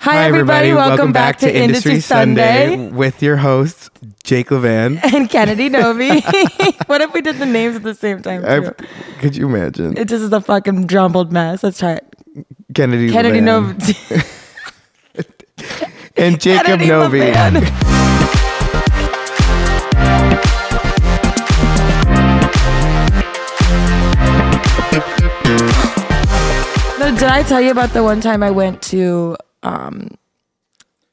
Hi, everybody. Welcome, back, to, Industry, Sunday. with your hosts, Jake Levan. and Kennedy Novi. what if we did the names at the same time? I, Too? could you imagine? It just is a fucking jumbled mess. Let's try it. Kennedy, Kennedy Levan Novi. and Jacob Kennedy Novi. Levan. No, Did I tell you about the one time I went to um,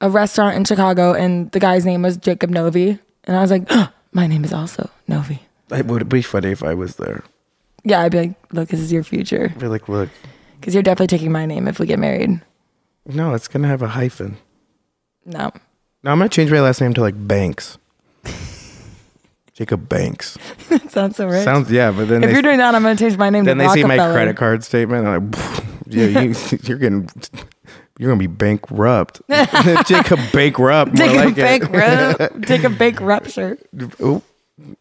a restaurant in Chicago and the guy's name was Jacob Novi? And I was like, my name is also Novi. It would be funny if I was there. Yeah, I'd be like, look, this is your future. I'd be like, look, Because you're definitely taking my name if we get married. no, it's gonna have a hyphen. No. No, I'm gonna change my last name to like Banks. Jacob Banks. Sounds so right. Sounds yeah, but then if they, you're doing that, I'm going to change my name then to they see Rockefeller. my credit card statement. I'm like, yeah, you, you're getting. You're gonna be bankrupt, Jacob. Bankrupt. more Take a like it. bankrupt. take a bankrupture. Oop.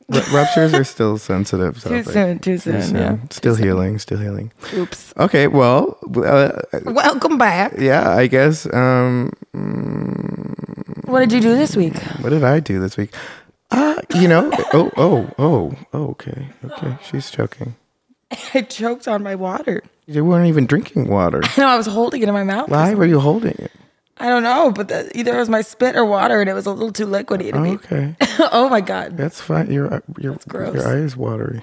Ru- ruptures are still sensitive. Too topic. soon. Too soon. Too soon. Yeah. Still healing. Still healing. Oops. Okay. Well, uh, Welcome back. yeah. I guess. Um, mm, What did you do this week? what did I do this week? Uh, you know. Oh. Oh. Oh. Oh. Okay. Okay. She's choking. I choked on my water. You weren't even drinking water. No, I was holding it in my mouth. Why were you holding it? I don't know, but the, either it was my spit or water, and it was a little too liquidy to Oh, me. okay. oh my god. That's fine. Your uh, your gross. your eye is watery.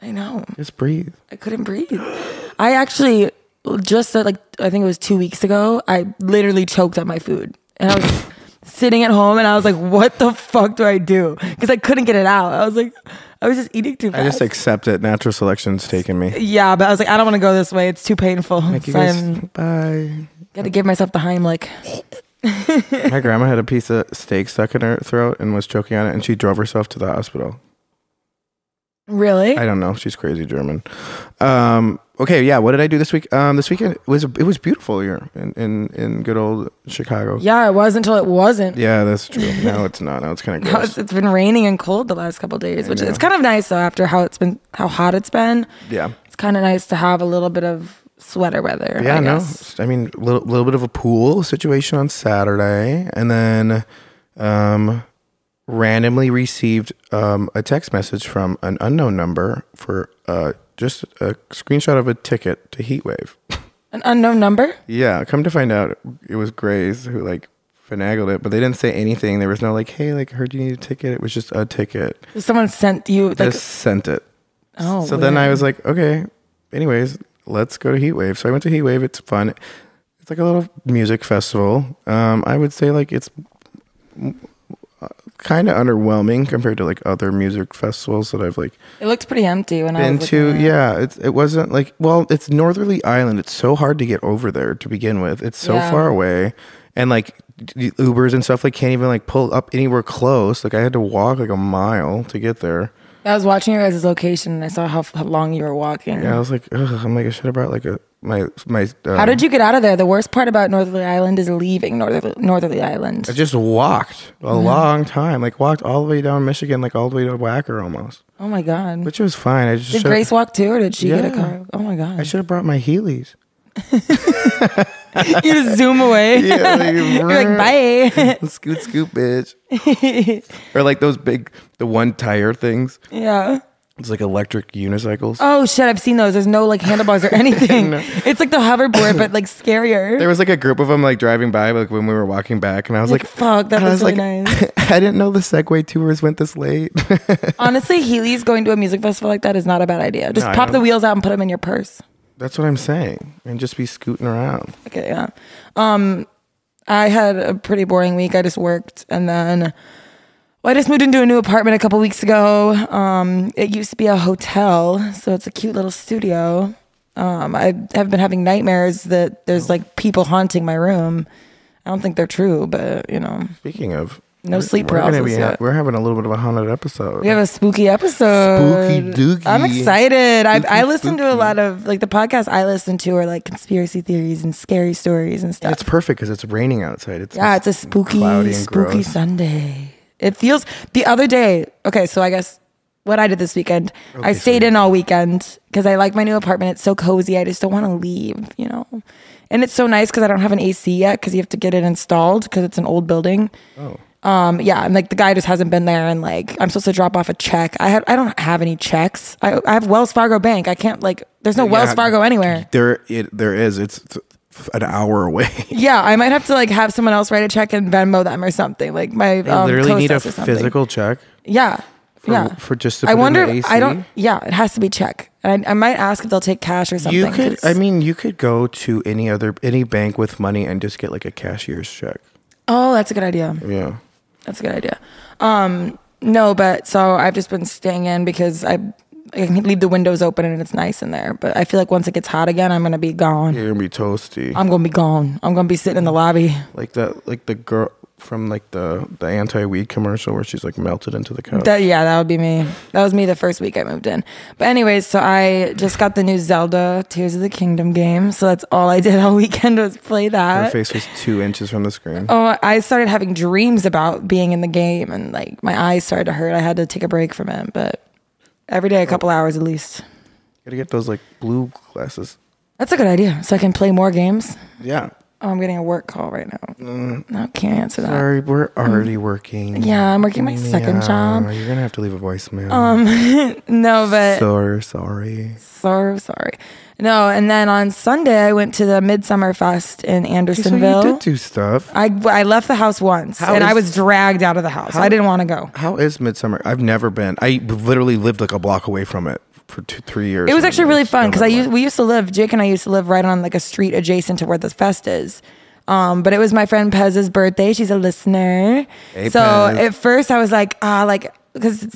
I know. Just breathe. I couldn't breathe. I actually just said like I think it was two weeks ago. I literally choked on my food, and I was sitting at home, and I was like, "What the fuck do I do?" Because I couldn't get it out. I was like, I was just eating too fast. I just accept it. Natural selection's taking me. yeah, but I was like, I don't want to go this way. It's too painful. Thank you so guys. I'm Bye. got to give myself the Heimlich. My grandma had a piece of steak stuck in her throat and was choking on it, and she drove herself to the hospital. Really? I don't know. She's crazy German. Um, okay, yeah. What did I do this week? Um, this weekend was it was beautiful here in in, in good old Chicago. Yeah. yeah, it was until it wasn't. that's true. Now it's not. Now it's kind of Now gross. it's, it's been raining and cold the last couple days, which it's kind of nice though after how it's been how hot it's been. yeah, It's kind of nice to have a little bit of sweater weather. yeah. I no, guess. I mean, little little bit of a pool situation on Saturday, and then um, randomly received um, a text message from an unknown number for uh, just a screenshot of a ticket to Heatwave. An unknown number? Yeah, come to find out, it was Grays who like finagled it, but they didn't say anything. There was no like, "Hey, like, I heard you need a ticket." It was just a ticket. Someone sent you like Just sent it. oh. so then I weird. was like, "Okay, anyways, let's go to Heatwave." So I went to Heatwave. It's fun. It's like a little music festival. Um, I would say like it's kind of underwhelming compared to like other music festivals that I've like it looked pretty empty when I been was to. looking at it. Yeah, it's it wasn't like well, it's Northerly Island. It's so hard to get over there to begin with. It's so Yeah. far away, and like the Ubers and stuff like can't even like pull up anywhere close. Like I had to walk like a mile to get there. I was watching your guys' location and I saw how, how long you were walking. And I was like, Ugh, I'm like I should have brought like a my my. Uh, How did you get out of there? The worst part about Northerly Island is leaving Northerly, Northerly Island. I just walked a Mm-hmm. long time, like walked all the way down Michigan, like all the way to Wacker almost, oh my god! which was fine. I just did should've- Grace walk too, or did she get a Yeah. car? Oh my I god! should have brought my Heelys. you just zoom away. Yeah, like, You're like bye. scoot scoot bitch or like those big the one tire things yeah. it's like electric unicycles Oh shit! I've seen those. There's no like handlebars or anything. It's like the hoverboard, but like scarier. there was like a group of them like driving by like when we were walking back and i was like, like fuck, that and I looks was really like, nice. i didn't know the segway tours went this late Honestly, Healy's going to a music festival like that is not a bad idea. Just No, I pop the don't- wheels out and put them in your purse. that's what i'm saying and just be scooting around Okay, yeah. Um, I had a pretty boring week. I just worked, and then well, I just moved into a new apartment a couple weeks ago. Um, it used to be a hotel, so it's a cute little studio. Um, I have been having nightmares that there's like people haunting my room. I don't think they're true, but you know, speaking of No we're- sleep we're gonna paralysis be ha- yet. we're having a little bit of a haunted episode we have a spooky episode. Spooky dookie. I'm excited. I, I Spooky, listen to a spooky. lot of like the podcasts I listen to are like conspiracy theories and scary stories and stuff. it's perfect because it's raining outside it's Yeah, it's a spooky, cloudy and spooky gross. Sunday. It feels the other day. Okay, so I guess what I did this weekend, I Okay, stayed in all weekend because I like my new apartment. It's so cozy. I just don't want to leave, you know. And it's so nice because I don't have an AC yet because you have to get it installed because it's an old building. Oh. Um, yeah, and like the guy just hasn't been there, and like I'm supposed to drop off a check. I had I don't have any checks. I I have Wells Fargo Bank. I can't like there's no Wells Yeah. Fargo anywhere. There it there is. It's it's an hour away. Yeah, I might have to like have someone else write a check and Venmo them or something. Like my I um, literally need a closest or something. physical check Yeah, for, yeah. for just to put I in wonder. the AC. I don't. Yeah, it has to be check. And I, I might ask if they'll take cash or something. You could 'cause- I mean you could go to any other any bank with money and just get like a cashier's check. oh, that's a good idea. Yeah. That's a good idea. Um, no, but so I've just been staying in because I I can leave the windows open and it's nice in there. But I feel like once it gets hot again, I'm gonna be gone. You're gonna be toasty. I'm gonna be gone. I'm gonna be sitting in the lobby. like that like the girl from like the the anti weed commercial where she's like melted into the couch. That, yeah, that would be me. That was me the first week I moved in. But anyways, so I just got the new Zelda Tears of the Kingdom game. So that's all I did all weekend was play Her that. face was two inches from the screen. Oh, I started having dreams about being in the game, and like my eyes started to hurt. I had to take a break from it, but every day a couple hours at least. Gotta get those like blue glasses. That's a good idea. So I can play more games. Yeah. Oh, I'm getting a work call right now. Mm. No, I can't answer that. Sorry, we're already working. Mm. Yeah, I'm working my second Yeah, job. You're gonna have to leave a voicemail. No, but so sorry. so sorry. No, and then on Sunday I went to the Midsummer Fest in Andersonville. So you did do stuff. I, I left the house once How and I is- was dragged out of the house. I didn't want to go. How is Midsummer? I've never been. I literally lived like a block away from it for two, three years. It was and actually really fun because I never used, we used to live Jake and I used to live right on like a street adjacent to where the fest is. Um, but it was my friend Pez's birthday. She's a listener. Hey, so Pez. at first I was like, ah, like because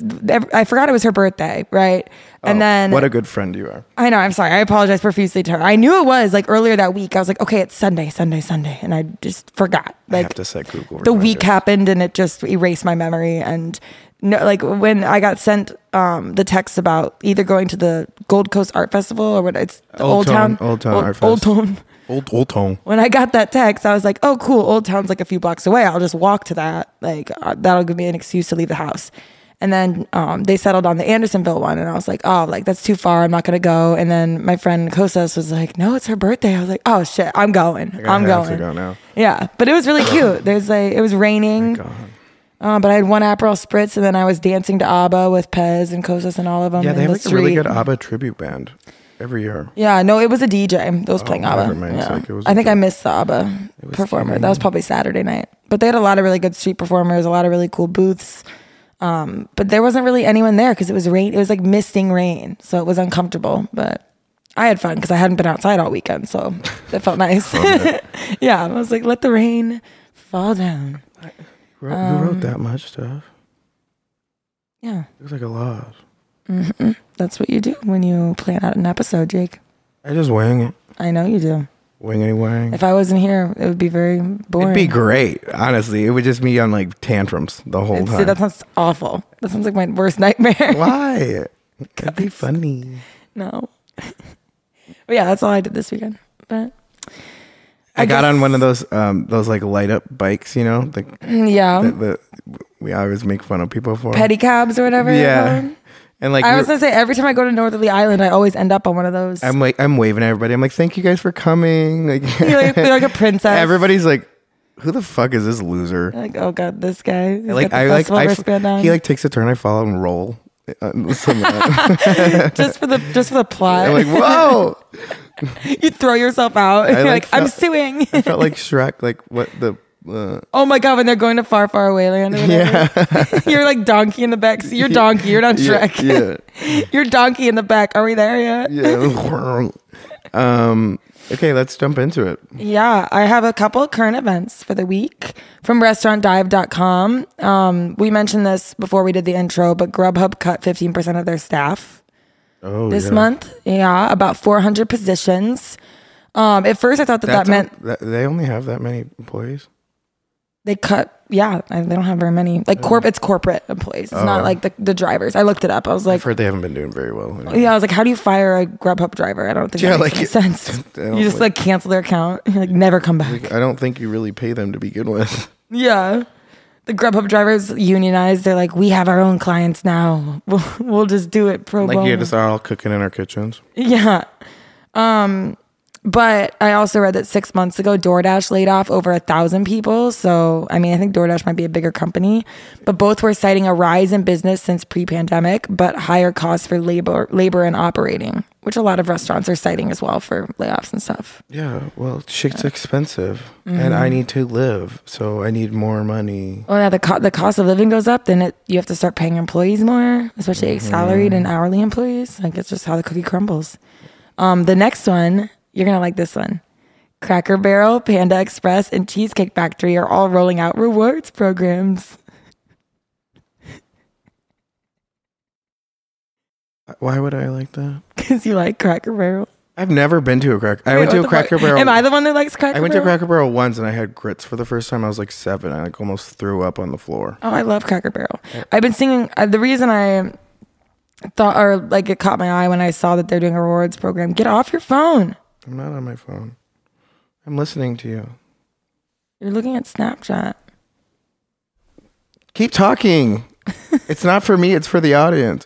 I forgot it was her birthday, right? went. and Oh, then what a good friend you are. I know. I'm sorry. I apologize profusely to her. I knew it was like earlier that week. I was like, okay, it's Sunday, Sunday, Sunday, and I just forgot. I Like have to set Google. the week reminders. happened and it just erased my memory and no, like when I got sent um, the text about either going to the Gold Coast Art Festival or what it's the Old, Old Town, Town- Old Town Old, Art Old Fest. Town. Old old tone. When I got that text, I was like, "Oh, cool! Old Town's like a few blocks away. I'll just walk to that. Like uh, that'll give me an excuse to leave the house." And then um, they settled on the Andersonville one, and I was like, "Oh, like that's too far. I'm not gonna go." And then my friend Kosas was like, "No, it's her birthday." I was like, "Oh shit, I'm going. I I'm have going." to go now. Yeah, but it was really cute. There's like it was raining, God. uh, but I had one Aperol spritz, and then I was dancing to ABBA with Pez and Kosas and all of them. Yeah, they in have the like a really street. good ABBA tribute band every year. Yeah, no, it was a DJ that was playing ABBA. never mind. It's Yeah. Oh, like it was I a think I DJ. missed the ABBA was performer. That kidding. was probably Saturday night. But they had a lot of really good street performers, a lot of really cool booths. Um, but there wasn't really anyone there because it was rain. It was like misting rain, so it was uncomfortable. But I had fun because I hadn't been outside all weekend, so it felt nice. yeah, I was like, let the rain fall down. You wrote, you um, wrote that much stuff. Yeah, It was like a lot. hmm that's what you do when you plan out an episode, Jake. I just wing it. I know you do. Wingy wang. If I wasn't here, it would be very boring. It'd be great, honestly. It would just be on like tantrums the whole See, that time. sounds awful. That sounds like my worst nightmare. Why? It'd be funny. no. but yeah, that's all I did this weekend. But I, I got on guess- one of those um those like light up bikes, you know, like yeah, that that we always make fun of people for. pedicabs or whatever. they're yeah, called. and like I we- was gonna say every time I go to Northerly Island, I always end up on one of those. I'm like I'm waving at everybody. I'm like, thank you guys for coming. Like You're like, you're like a princess. everybody's like, who the fuck is this loser? You're like, oh god, this guy. He's like got the I like festival I f- wristband on. he like takes a turn. I follow and roll. Uh, some- I'm just for the just for the plot. like whoa. you throw yourself out. And I, you're like, like, I'm felt- suing. I felt like Shrek. Like what the. Uh, oh my god, when they're going to far, far away land. Or whatever. you're like donkey in the back. seat. You're donkey. You're not yeah, Shrek. yeah. You're donkey in the back. Are we there yet? Yeah. um, okay, let's jump into it. Yeah, I have a couple current events for the week from restaurantdive.com. Um, we mentioned this before we did the intro, but Grubhub cut 15% of their staff Oh, this yeah. month. Yeah, about 400 positions. Um, at first, I thought that That's that meant all- that- they only have that many employees. they cut, yeah, I- they don't have very many. Like, corp, it's corporate employees, it's not Oh. like the, the drivers. I looked it up. I was I've like, heard they haven't been doing very well. yeah, I was like, how do you fire a Grubhub driver? I don't think Yeah, that makes like, any sense. I don't You just like cancel their account, like, never come back. I don't think you really pay them to begin with. Yeah. The Grubhub drivers unionized. They're like, we have our own clients now. We'll, we'll just do it pro like bono. you're just all cooking in our kitchens. yeah. Um, But I also read that six months ago, DoorDash laid off over a thousand people. So, I mean, I think DoorDash might be a bigger company, but both were citing a rise in business since pre-pandemic, but higher costs for labor, labor and operating, which a lot of restaurants are citing as well for layoffs and stuff. Yeah, well, Uh, shit's expensive, mm-hmm. and I need to live, so I need more money. Well, yeah, the co- the cost of living goes up, then it, you have to start paying employees more, especially Mm-hmm. salaried and hourly employees. Like it's just how the cookie crumbles. Um, the next one, you're gonna like this one. Cracker Barrel, Panda Express, and Cheesecake Factory are all rolling out rewards programs. Why would I like that? Cause you like Cracker Barrel. I've never been to a cracker. I went Wait, to what the a fuck? Cracker Barrel. Am I the one that likes Cracker? I went to Barrel? Cracker Barrel once, and I had grits for the first time. I was like seven. I like almost threw up on the floor. Oh, I love Cracker Barrel. I've been singing. Uh, the reason I thought, or like, it caught my eye when I saw that they're doing a rewards program. Get off your phone. I'm not on my phone. I'm listening to you. You're looking at Snapchat. Keep talking. it's not for me. It's for the audience.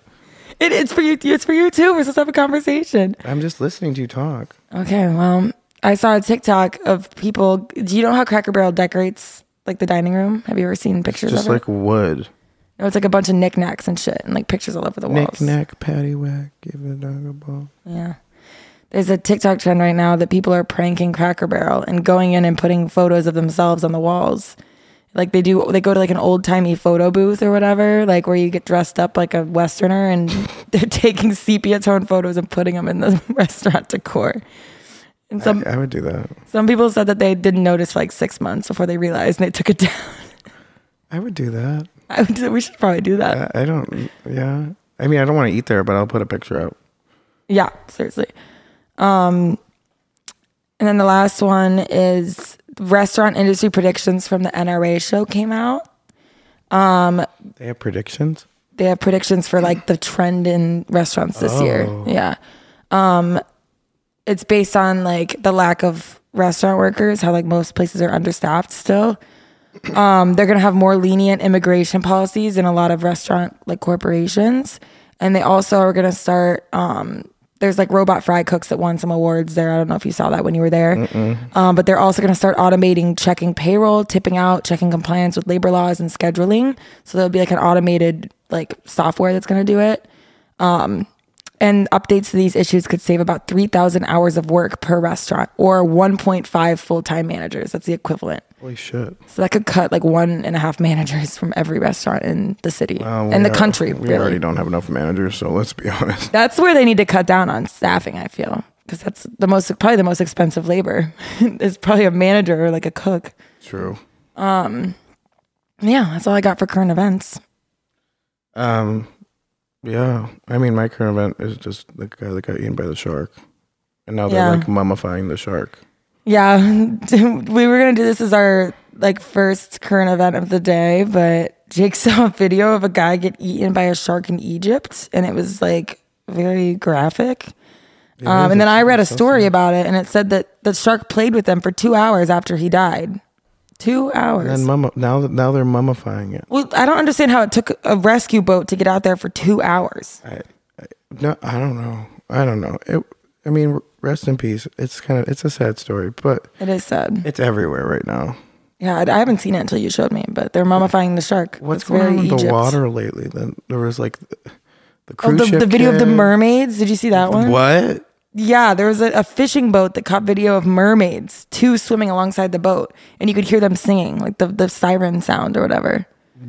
It, it's for you. It's for you too. We're supposed to have a conversation. I'm just listening to you talk. Okay. Well, I saw a TikTok of people. Do you know how Cracker Barrel decorates like the dining room? Have you ever seen pictures Just of like wood. it? No, it's like a bunch of knickknacks and shit, and like pictures all over the walls. Knick knack, patty whack, give the dog a bone. Yeah. There's a TikTok trend right now that people are pranking Cracker Barrel and going in and putting photos of themselves on the walls. Like they do, they go to like an old timey photo booth or whatever, like where you get dressed up like a Westerner and they're taking sepia tone photos and putting them in the restaurant decor. And some, I would do that. some people said that they didn't notice for like six months before they realized and they took it down. I would do that. I would, we should probably do that. I, I don't. Yeah. I mean, I don't want to eat there, but I'll put a picture out. Yeah, seriously. Um, and then the last one is restaurant industry predictions from the NRA show came out. They have predictions. They have predictions for like the trend in restaurants this year. Yeah. Um, it's based on like the lack of restaurant workers, how like most places are understaffed still. Um, they're gonna have more lenient immigration policies in a lot of restaurant like corporations, and they also are gonna start. Um, there's like robot fry cooks that won some awards there. I don't know if you saw that when you were there, um, but they're also gonna start automating checking payroll, tipping out, checking compliance with labor laws and scheduling. So there'll be like an automated like software that's gonna do it. Um, and updates to these issues could save about 3,000 hours of work per restaurant or 1.5 full time managers. That's the equivalent. Holy shit. So that could cut like one and a half managers from every restaurant in the city Um, and we the are- country. We really. already don't have enough managers, so let's be honest. That's where they need to cut down on staffing. I feel because that's the most probably the most expensive labor is probably a manager or like a cook. True. Yeah, that's all I got for current events. Um, yeah. I mean, my current event is just the guy that got eaten by the shark, and now Yeah. they're like mummifying the shark. Yeah, we were gonna do this as our like first current event of the day, but Jake saw a video of a guy get eaten by a shark in Egypt, and it was like very graphic. Um, and then I read a story about it, and it said that the shark played with them for two hours after he died. Two hours. And mumma, now that now they're mummifying it. well, I don't understand how it took a rescue boat to get out there for two hours. I, I no, I don't know. I don't know. It. I mean, rest in peace. It's kind of it's a sad story, but It is sad. it's everywhere right now. Yeah, I, I haven't seen it until you showed me, but they're mummifying the shark. What's It's going very on with the Egypt. water lately? Then there was like the, the Oh, cruise the, ship the video of the kid. mermaids. Did you see that one? What? Yeah, there was a, a fishing boat that caught video of mermaids, two swimming alongside the boat, and you could hear them singing, like the, the siren sound or whatever.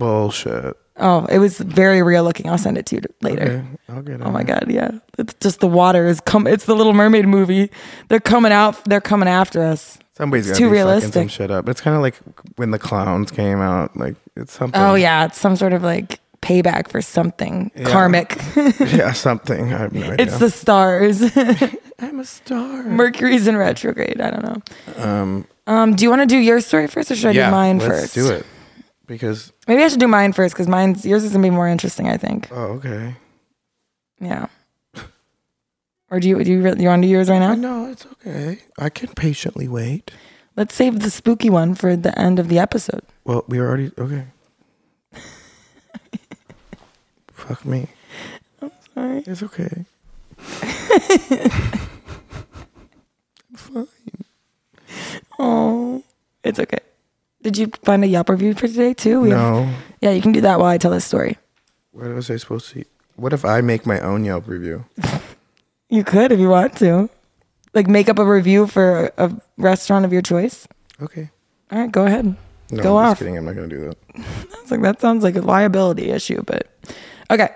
Bullshit. Oh, it was very real looking. I'll send it to you later. Okay, I'll get it. Oh my god, yeah. It's just the water is come it's the little mermaid movie. They're coming out they're coming after us. Somebody's It's gonna too be fucking some realistic. shit up. It's kind of like when the clowns came out. Like it's something. Oh yeah, it's some sort of like payback for something karmic. yeah, something. I have no idea. it's the stars. I'm a star. Mercury's in retrograde. I don't know. um, Um, do you want to do your story first or should I yeah, do mine let's first? do it because Maybe I should do mine first because mine's yours is gonna be more interesting, I think. oh okay. Yeah. Or do you do you, re- you want to do yours right now? No, it's okay. I can patiently wait. Let's save the spooky one for the end of the episode. Well, we were already okay. Fuck me. All right. It's okay. fine. Oh, it's okay. Did you find a Yelp review for today too? We have- No. Oh, yeah, you can do that while I tell this story. What was I supposed to? What if I make my own Yelp review? You could if you want to. Like make up a review for a, a restaurant of your choice. Okay. All right, go ahead. No, Go I'm off. just kidding. I'm not gonna do that. It's like that sounds like a liability issue, but okay.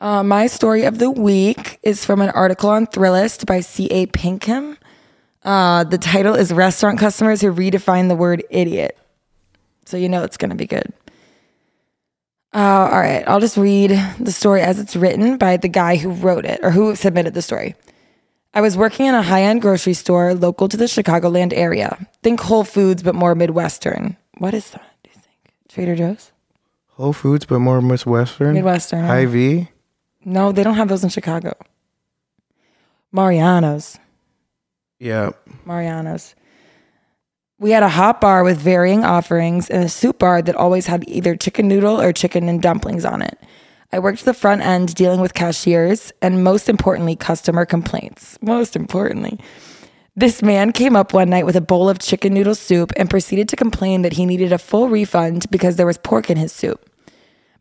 Uh, my story of the week is from an article on Thrillist by C.A. Pinkham. Uh, the title is Restaurant Customers Who Redefine the Word Idiot. So you know it's going to be good. Uh, all right, I'll just read the story as it's written by the guy who wrote it or who submitted the story. I was working in a high end grocery store local to the Chicagoland area. Think Whole Foods, but more Midwestern. What is that, do you think? Trader Joe's? Whole Foods, but more Midwestern. Midwestern. huh? Ivy. No, they don't have those in Chicago. Mariano's. Yeah. Mariano's. We had a hot bar with varying offerings and a soup bar that always had either chicken noodle or chicken and dumplings on it. I worked the front end dealing with cashiers and most importantly, customer complaints. Most importantly, this man came up one night with a bowl of chicken noodle soup and proceeded to complain that he needed a full refund because there was pork in his soup.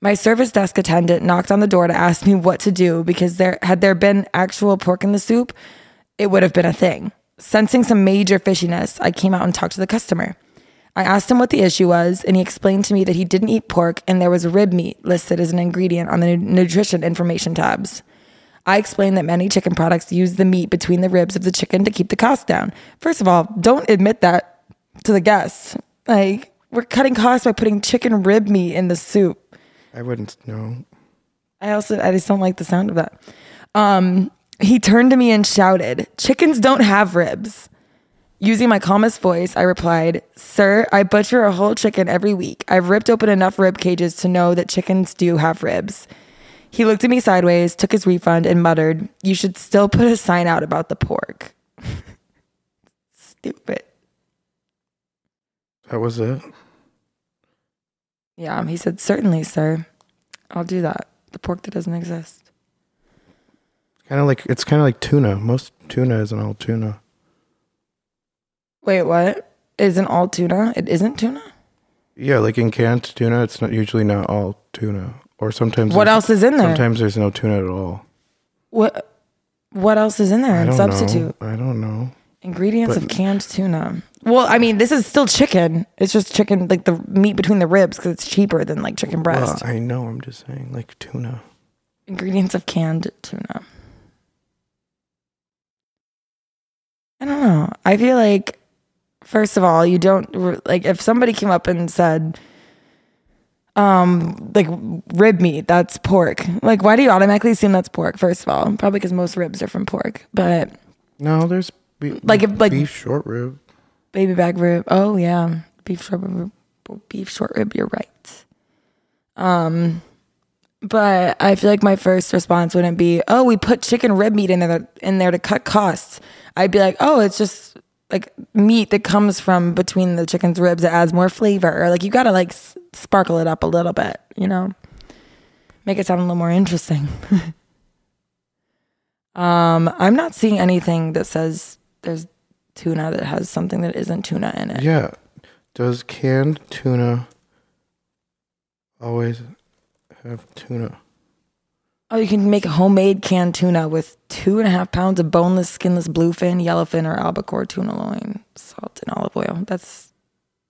My service desk attendant knocked on the door to ask me what to do because there had there been actual pork in the soup, it would have been a thing. Sensing some major fishiness, I came out and talked to the customer. I asked him what the issue was, and he explained to me that he didn't eat pork and there was rib meat listed as an ingredient on the nu- nutrition information tabs. I explained that many chicken products use the meat between the ribs of the chicken to keep the cost down. First of all, don't admit that to the guests. Like, we're cutting costs by putting chicken rib meat in the soup. I wouldn't know. I also I just don't like the sound of that. Um, he turned to me and shouted, "Chickens don't have ribs." Using my calmest voice, I replied, "Sir, I butcher a whole chicken every week. I've ripped open enough rib cages to know that chickens do have ribs." He looked at me sideways, took his refund, and muttered, "You should still put a sign out about the pork." Stupid. That was it. Yeah, he said, "Certainly, sir. I'll do that. The pork that doesn't exist." Kind of like it's kind of like tuna. Most tuna is an old tuna. Wait, what? Isn't all tuna? It isn't tuna. Yeah, like in canned tuna, it's not usually not all tuna. Or sometimes What there's- else is in there? Sometimes there's no tuna at all. What what else is in I there? don't Substitute know. I don't know. ingredients But- of canned tuna. Well, I mean, this is still chicken. It's just chicken, like the meat between the ribs, because it's cheaper than like chicken breast. Well, I know. I'm just saying, like tuna. ingredients of canned tuna. I don't know. I feel like, first of all, you don't r- like if somebody came up and said, um, like rib meat, that's pork. Like, why do you automatically assume that's pork? First of all, probably because most ribs are from pork, but No, there's be- Like if- like- beef short rib. Baby back rib. Oh yeah, beef short rib. Beef short rib. You're right. Um, but I feel like my first response wouldn't be, "Oh, we put chicken rib meat in there in there to cut costs." I'd be like, "Oh, it's just like meat that comes from between the chicken's ribs that adds more flavor." Or like you gotta like s- sparkle it up a little bit, you know, make it sound a little more interesting. um, I'm not seeing anything that says there's tuna that has something that isn't tuna in it. Yeah. Does canned tuna always have tuna? Oh, you can make homemade canned tuna with two and a half pounds of boneless, skinless bluefin, yellowfin, or albacore tuna loin, salt, and olive oil. That's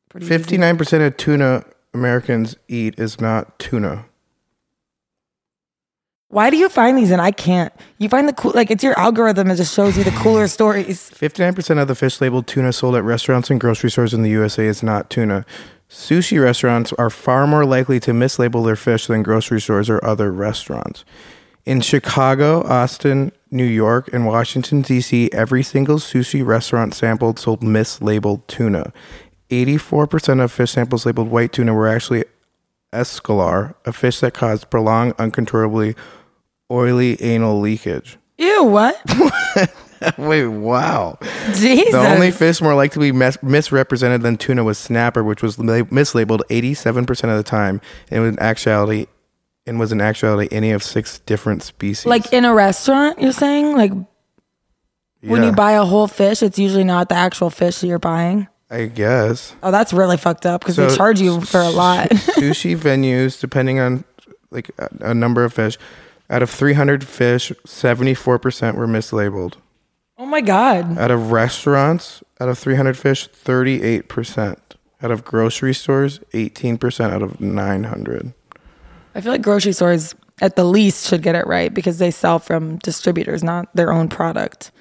pretty easy. Fifty nine percent of tuna Americans eat is not tuna. Why do you find these and I can't? You find the cool, like it's your algorithm that just shows you the cooler stories. Fifty nine percent of the fish labeled tuna sold at restaurants and grocery stores in the USA is not tuna. Sushi restaurants are far more likely to mislabel their fish than grocery stores or other restaurants. In Chicago, Austin, New York, and Washington, D.C., every single sushi restaurant sampled sold mislabeled tuna. 84% of fish samples labeled white tuna were actually escalar, a fish that caused prolonged, uncontrollably oily anal leakage. Ew, what? Wait, wow. Jesus. The only fish more likely to be mes- misrepresented than tuna was snapper, which was la- mislabeled 87% of the time, and was in actuality, and was in actuality any of six different species. like in a restaurant, you're saying? Like, When Yeah. you buy a whole fish, it's usually not the actual fish that you're buying. I guess. Oh, that's really fucked up because they So, charge you for a lot. sushi venues, depending on like a, a number of fish, out of 300 fish, 74% were mislabeled. oh my god. Out of restaurants, out of 300 fish, 38%. Out of grocery stores, 18% out of 900. I feel like grocery stores at the least should get it right because they sell from distributors, not their own product.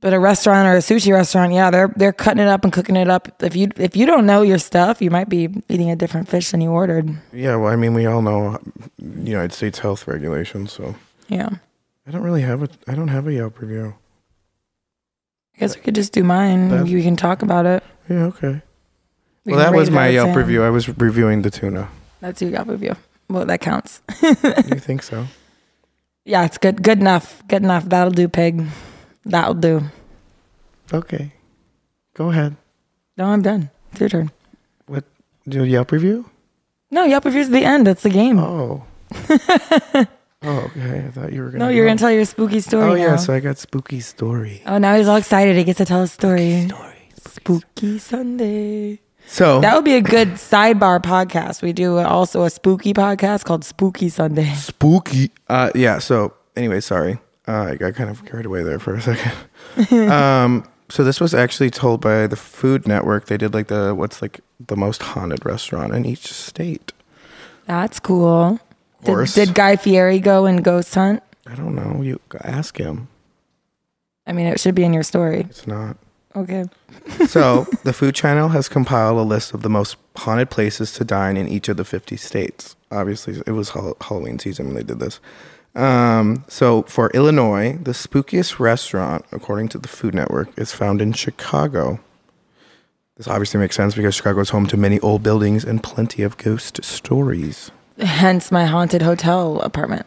But a restaurant or a sushi restaurant, yeah, they're they're cutting it up and cooking it up. If you if you don't know your stuff, you might be eating a different fish than you ordered. Yeah, well, I mean, we all know United States health regulations, so Yeah. I don't really have a I don't have a Yelp review. I guess we could just do mine. That- we can talk about it. Yeah, okay. We well, can that rate was it my out of Yelp 10. review. I was reviewing the tuna. That's your Yelp review. Well, that counts. you think so? Yeah, it's good. Good enough. Good enough. That'll do, pig. That'll do. Okay. Go ahead. No, I'm done. It's your turn. Do a Yelp review? No, Yelp reviews the end. That's the game. Oh. oh, okay. I thought you were gonna. no, you're go. gonna tell your spooky story. Oh now. yeah, so I got spooky story. Oh, now he's all excited. He gets to tell a story. Story. Oh. Spooky Sunday. So That would be a good sidebar podcast. We do also a spooky podcast called Spooky Sunday. spooky. Uh, yeah. So anyway, sorry. Uh, I got kind of carried away there for a second. um, so this was actually told by the Food Network. They did like the what's like the most haunted restaurant in each state. That's cool. Did, course. did Guy Fieri go and ghost hunt? I don't know. You ask him. I mean, it should be in your story. It's not. Okay. So, the Food Channel has compiled a list of the most haunted places to dine in each of the 50 states. Obviously, it was Hall- Halloween season when they did this. Um, so, for Illinois, the spookiest restaurant, according to the Food Network, is found in Chicago. This obviously makes sense because Chicago is home to many old buildings and plenty of ghost stories. Hence my haunted hotel apartment.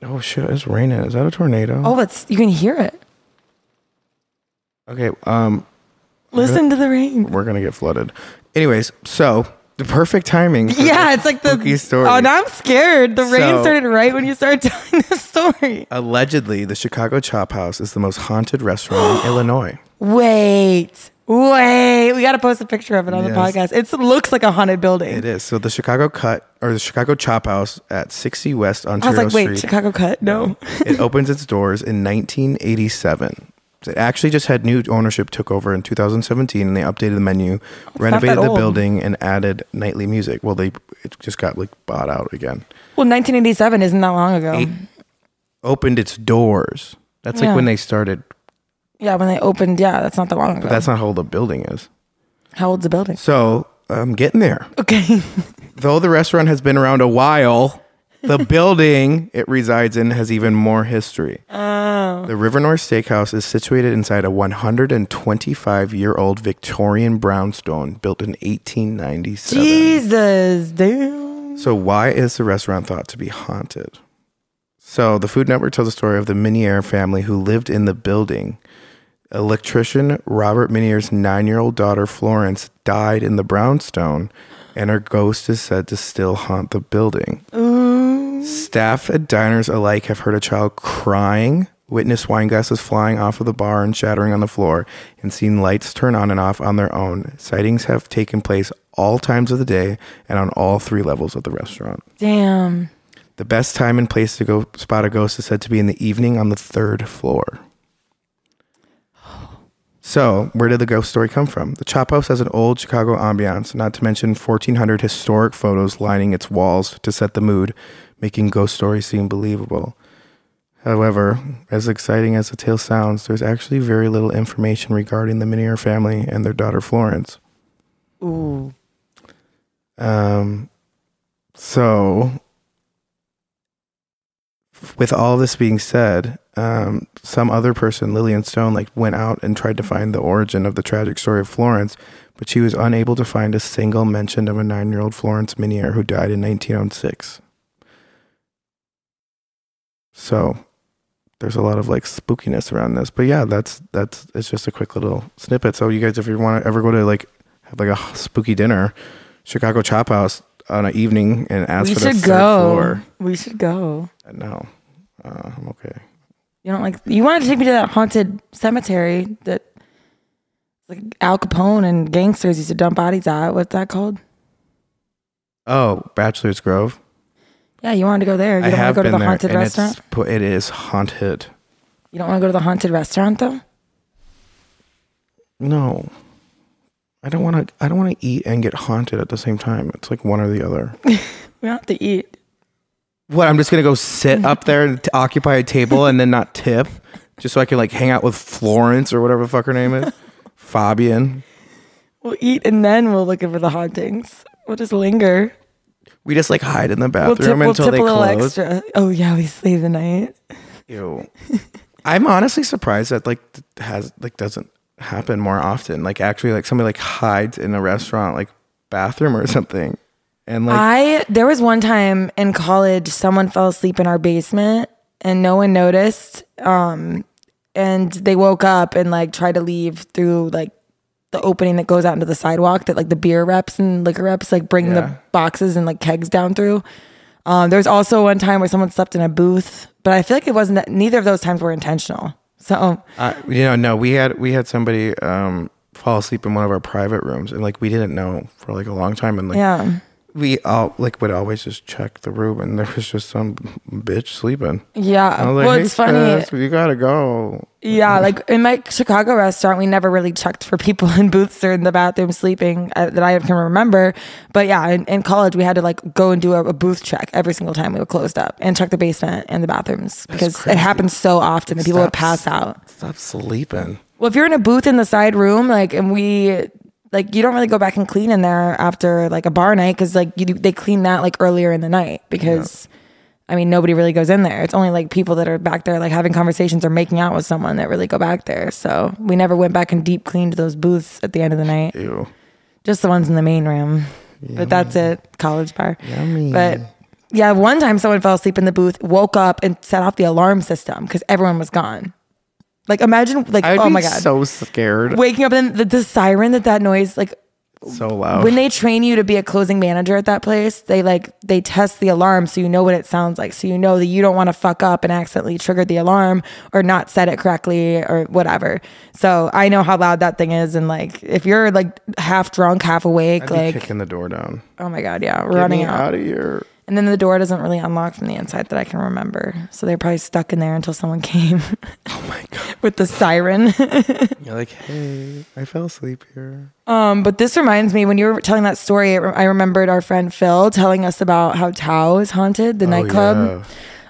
Mm. Oh shit, it's raining. Is that a tornado? Oh, it's you can hear it. Oh. Okay, um, Listen to the rain. we're gonna get flooded. Anyways, so the perfect timing. for Yeah, this it's like the spooky story. Oh, now I'm scared. The rain So- started right when you started telling the story. Allegedly, the Chicago Chop House is the most haunted restaurant in Illinois. Wait, wait. We got to post a picture of it on the Yes. podcast. It looks like a haunted building. It is. So the Chicago Cut or the Chicago Chop House at 60 West I was Ontario like, wait, Street. Chicago cut? No. it opens its doors in 1987. So It actually just had new ownership took over in 2017, and they updated the menu, not that renovated the old. building, and added nightly music. Well, they it just got like bought out again. Well, 1987 isn't that long ago. Opened its doors. That's Yeah. like when they started. Yeah, when they opened. Yeah, that's not that long ago. That's not how old the building is. How old's the building? So I'm getting there. Okay. Though the restaurant has been around a while, the building it resides in has even more history. Oh. The River North Steakhouse is situated inside a 125 year old Victorian brownstone built in 1897. Jesus, dude. So, why is the restaurant thought to be haunted? So, the Food Network tells the story of the Minier family who lived in the building. Electrician Robert Minier's nine year old daughter Florence died in the brownstone, and her ghost is said to still haunt the building. Staff and diners alike have heard a child crying, witnessed wine glasses flying off of the bar and shattering on the floor, and seen lights turn on and off on their own. Sightings have taken place all times of the day and on all three levels of the restaurant. Damn. The best time and place to go spot a ghost is said to be in the evening on the third floor. So, where did the ghost story come from? The Chop House has an old Chicago ambiance, not to mention 1,400 historic photos lining its walls to set the mood, making ghost stories seem believable. However, as exciting as the tale sounds, there's actually very little information regarding the Minier family and their daughter Florence. Ooh. Um, so, with all this being said, um, some other person, Lillian Stone, like went out and tried to find the origin of the tragic story of Florence, but she was unable to find a single mention of a nine-year-old Florence Minier who died in 1906. So, there's a lot of like spookiness around this, but yeah, that's that's it's just a quick little snippet. So, you guys, if you want to ever go to like have like a spooky dinner, Chicago Chop House on an evening and ask we for the should third go. floor. We should go. No, uh, I'm okay. You don't like. You wanted to take me to that haunted cemetery that like Al Capone and gangsters used to dump bodies at. What's that called? Oh, Bachelor's Grove. Yeah, you wanted to go there. You I don't want have to go to been the there, haunted and restaurant. It's, pu- it is haunted. You don't want to go to the haunted restaurant though. No, I don't want to. I don't want to eat and get haunted at the same time. It's like one or the other. We don't have to eat. What? I'm just gonna go sit up there and t- occupy a table and then not tip, just so I can like hang out with Florence or whatever the fuck her name is, Fabian. We'll eat and then we'll look for the hauntings. We'll just linger. We just like hide in the We'll tip, bathroom we'll until tip a little they close. extra. Oh yeah, we stay the night. Ew. I'm honestly surprised that like th- has like doesn't happen more often. Like actually, like somebody like hides in a restaurant like bathroom or something, and like I there was one time in college someone fell asleep in our basement and no one noticed. Um and they woke up and like tried to leave through like the opening that goes out into the sidewalk that like the beer reps and liquor reps like bring Yeah. the boxes and like kegs down through. Um there was also one time where someone slept in a booth, but I feel like it wasn't that neither of those times were intentional. So I, you know, no, we had we had somebody um fall asleep in one of our private rooms, and like we didn't know for like a long time, and like yeah. we all like would always just check the room, and there was just some bitch sleeping. I Yeah. was like, Well "Hey, uh, it's funny. sis, you gotta go. Yeah, like in my Chicago restaurant, we never really checked for people in booths or in the bathroom sleeping uh, that I can remember. But yeah, in, in college, we had to like go and do a, a booth check every single time we were closed up and check the basement and the bathrooms because it crazy. happened so often that people would Stop pass s- out. Stop sleeping. Well, if you're in a booth in the side room, like, and we, like, you don't really go back and clean in there after like a bar night because, like, you do, they clean that like earlier in the night because, I mean, nobody really goes in there. It's only like people that are back there, like, having conversations or making out with someone that really go back there. So we never went back and deep cleaned those booths at the end of the night, Ew. just the ones in the main room. But that's it, college bar. Yummy. But yeah, one time someone fell asleep in the booth, woke up, and set off the alarm system because everyone was gone. Like, imagine, like, I'd oh be my God so scared, waking up and the, the siren that that noise like so loud. when they train you to be a closing manager at that place they like they test the alarm so you know what it sounds like so you know that you don't want to fuck up and accidentally trigger the alarm or not set it correctly or whatever so i know how loud that thing is and like if you're like half drunk half awake I'd be like kicking the door down. oh my god yeah Get running me out out of here. and then the door doesn't really unlock from the inside that i can remember so they're probably stuck in there until someone came Oh my god. with the siren You're like, hey, I fell asleep here. Um, but this reminds me when you were telling that story, it, I remembered our friend Phil telling us about how Tao is haunted, the nightclub.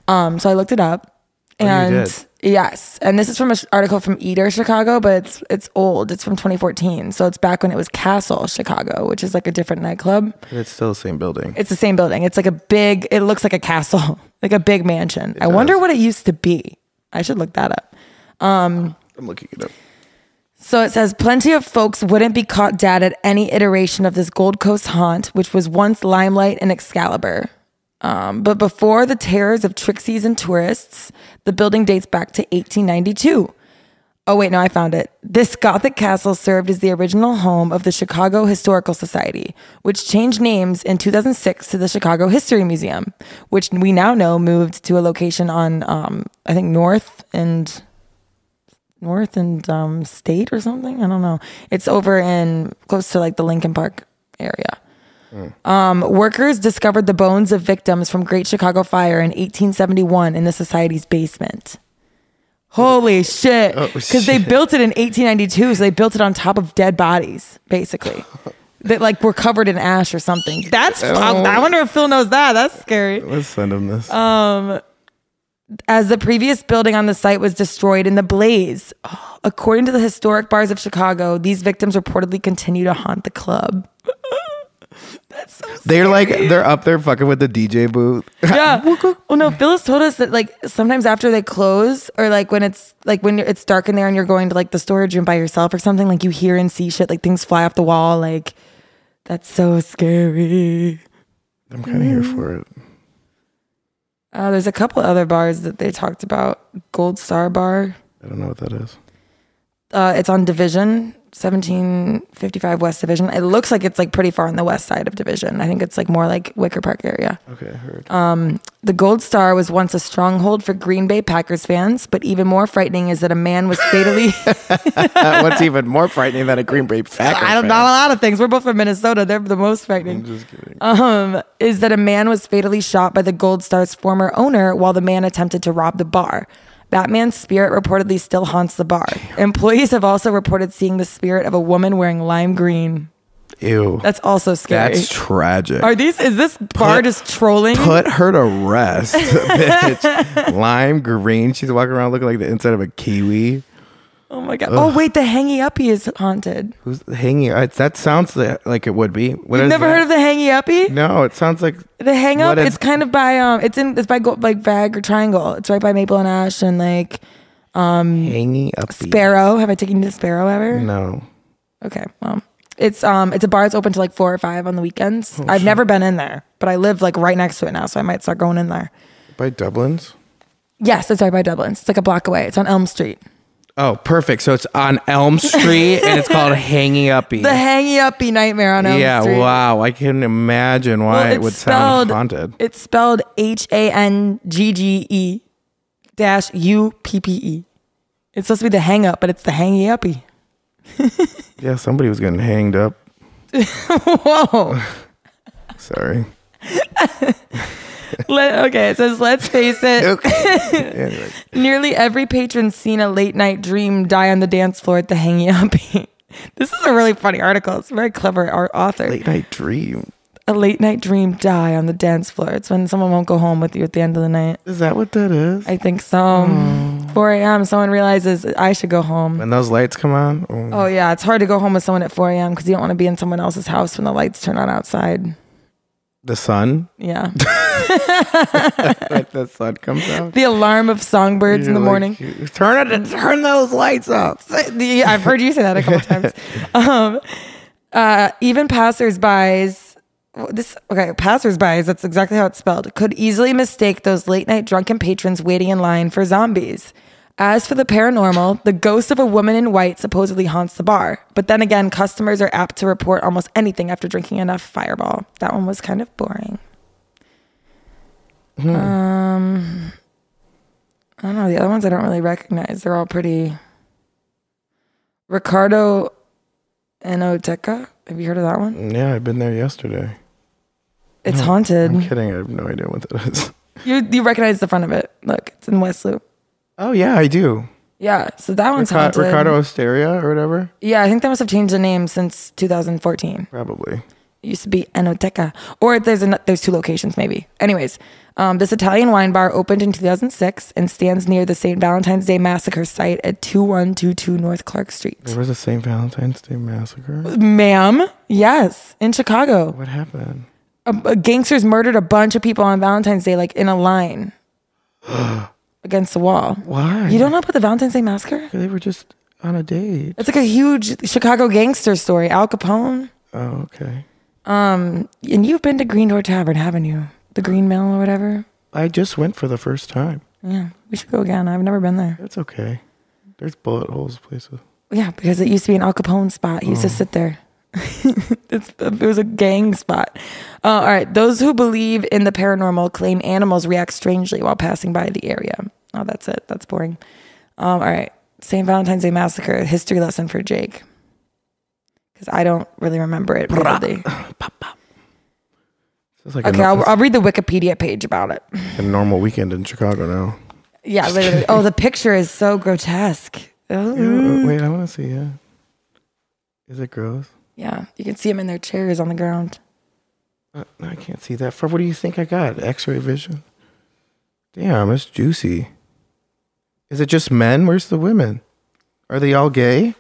Um, so I looked it up, Oh, you and did. yes, and this is from an article from Eater Chicago, but it's it's old. It's from 2014, so it's back when it was Castle Chicago, which is like a different nightclub. But it's still the same building. It's the same building. It's like a big. It looks like a castle, like a big mansion. I wonder does. what it used to be. I should look that up. I'm looking it up. So it says plenty of folks wouldn't be caught dead at any iteration of this Gold Coast haunt, which was once Limelight and Excalibur. Um, but before the terrors of Trixies and tourists, the building dates back to 1892. Oh, wait, no, I found it. This Gothic castle served as the original home of the Chicago Historical Society, which changed names in 2006 to the Chicago History Museum, which we now know moved to a location on, um, I think, North and North and um, State or something. I don't know. It's over in close to like the Lincoln Park area. Hmm. Um, workers discovered the bones of victims from Great Chicago Fire in 1871 in the society's basement. Holy shit! Oh, Because they shit. built it in 1892, so they built it on top of dead bodies, basically. that like were covered in ash or something. That's. Oh. I wonder if Phil knows that. That's scary. Let's send him this. Um, as the previous building on the site was destroyed in the blaze. According to the historic bars of Chicago, these victims reportedly continue to haunt the club. they're like they're up there fucking with the DJ booth. Yeah. well, no, Phyllis told us that like sometimes after they close or like when it's like when it's dark in there and you're going to like the storage room by yourself or something, like you hear and see shit, like things fly off the wall. Like that's so scary. I'm kind of here Mm. for it. Uh, there's a couple other bars that they talked about. Gold Star Bar. I don't know what that is. Uh, it's on Division 1755 West Division. It looks like it's like pretty far on the west side of Division. I think it's like more like Wicker Park area. Okay, I heard. The Gold Star was once a stronghold for Green Bay Packers fans, but even more frightening is that a man was fatally. Uh, what's even more frightening than a Green Bay Packers I don't fan? know a lot of things. We're both from Minnesota. They're the most frightening. Just kidding. Um, is that a man was fatally shot by the Gold Star's former owner while the man attempted to rob the bar. That man's spirit reportedly still haunts the bar. Employees have also reported seeing the spirit of a woman wearing lime green. Ew. That's also scary. That's tragic. Are these? Is this bar just trolling? Put her to rest, bitch. Lime green. She's walking around looking like the inside of a kiwi. oh my god! Oh wait, the hangy uppie is haunted. Who's hanging? I, that sounds li- like it would be. What You've is never that? heard of the hangy uppie? No, it sounds like The hang up, What is- it's kind of by um, it's in it's by Gold, like Bag or Triangle. It's right by Maple and Ash and like hanging up. Sparrow. Have I taken you to Sparrow ever? No. Okay, well, it's um, it's a bar that's open to like four or five on the weekends. Oh, I've never been in there, but I live like right next to it now, so I might start going in there. By Dublin's? Yes, it's right by Dublin's. It's like a block away. It's on Elm Street. Oh, perfect. So it's on Elm Street and it's called Hanging Uppy. The hangy uppy nightmare on Elm yeah, Street. wow. I can imagine why Well, it would sound haunted. It's spelled H A N G G E dash U P P E. It's supposed to be the hang up, but it's the hangy uppy. Yeah, somebody was getting hanged up. Whoa. Sorry. Let, okay, it says, let's face it, Anyway. nearly every patron's seen a late night dream die on the dance floor at the hangy uppy. This is a really funny article. It's a very clever ar- author. Late night dream. A late night dream die on the dance floor. It's when someone won't go home with you at the end of the night. Is that what that is? I think so. Hmm. 4 a.m., someone realizes I should go home. when those lights come on, oh, Oh yeah, it's hard to go home with someone at 4 a.m. because you don't want to be in someone else's house when the lights turn on outside. the sun, Yeah, like the sun comes out. the alarm of songbirds in the You're morning. like, "You- turn it, turn those lights off. The- I've heard you say that a couple times. Um, uh, even passersby's. This okay, passersby's. That's exactly how it's spelled. Could easily mistake those late night drunken patrons waiting in line for zombies. As for the paranormal, the ghost of a woman in white supposedly haunts the bar. But then again, customers are apt to report almost anything after drinking enough Fireball. That one was kind of boring. Um, I don't know. The other ones I don't really recognize. They're all pretty. Ricardo Enoteca. Have you heard of that one? Yeah, I've been there yesterday. It's I'm haunted. kidding. I have no idea what that is. You you recognize the front of it. Look, it's in West Loop. Oh yeah, I do. Yeah, so that one's Rica- haunted. Ricardo Osteria or whatever. Yeah, I think they must have changed the name since 2014. Probably. It used to be Enoteca, or there's an, there's two locations maybe. Anyways, um, this Italian wine bar opened in 2006 and stands near the St. Valentine's Day massacre site at 2122 North Clark Street. There was a St. Valentine's Day massacre. Ma'am, yes, in Chicago, What happened? a, a gangsters murdered a bunch of people on Valentine's Day, like in a line against the wall. Why? You don't know about the Valentine's Day massacre? They were just on a date. It's like a huge Chicago gangster story. Al Capone. Oh, okay. Um, and you've been to Green Door Tavern, haven't you? The Green Mill or whatever. I just went for the first time. Yeah, we should go again. I've never been there. That's okay. There's bullet holes places. Yeah, because it used to be an Al Capone spot. He used to sit there. it's, it was a gang spot. Uh, all right. Those who believe in the paranormal claim animals react strangely while passing by the area. Oh, that's it. That's boring. Um, all right. St. Valentine's Day Massacre, history lesson for Jake. Because I don't really remember it. vividly. It's like a Okay, nor- I'll, I'll read the Wikipedia page about it. a normal weekend in Chicago now. Yeah, literally. Oh, the picture is so grotesque. Ooh. Wait, I want to see it. Is it gross? Yeah, you can see them in their chairs on the ground. Uh, no, I can't see that. For what do you think I got? X-ray vision. Damn, it's juicy. Is it just men? Where's the women? Are they all gay?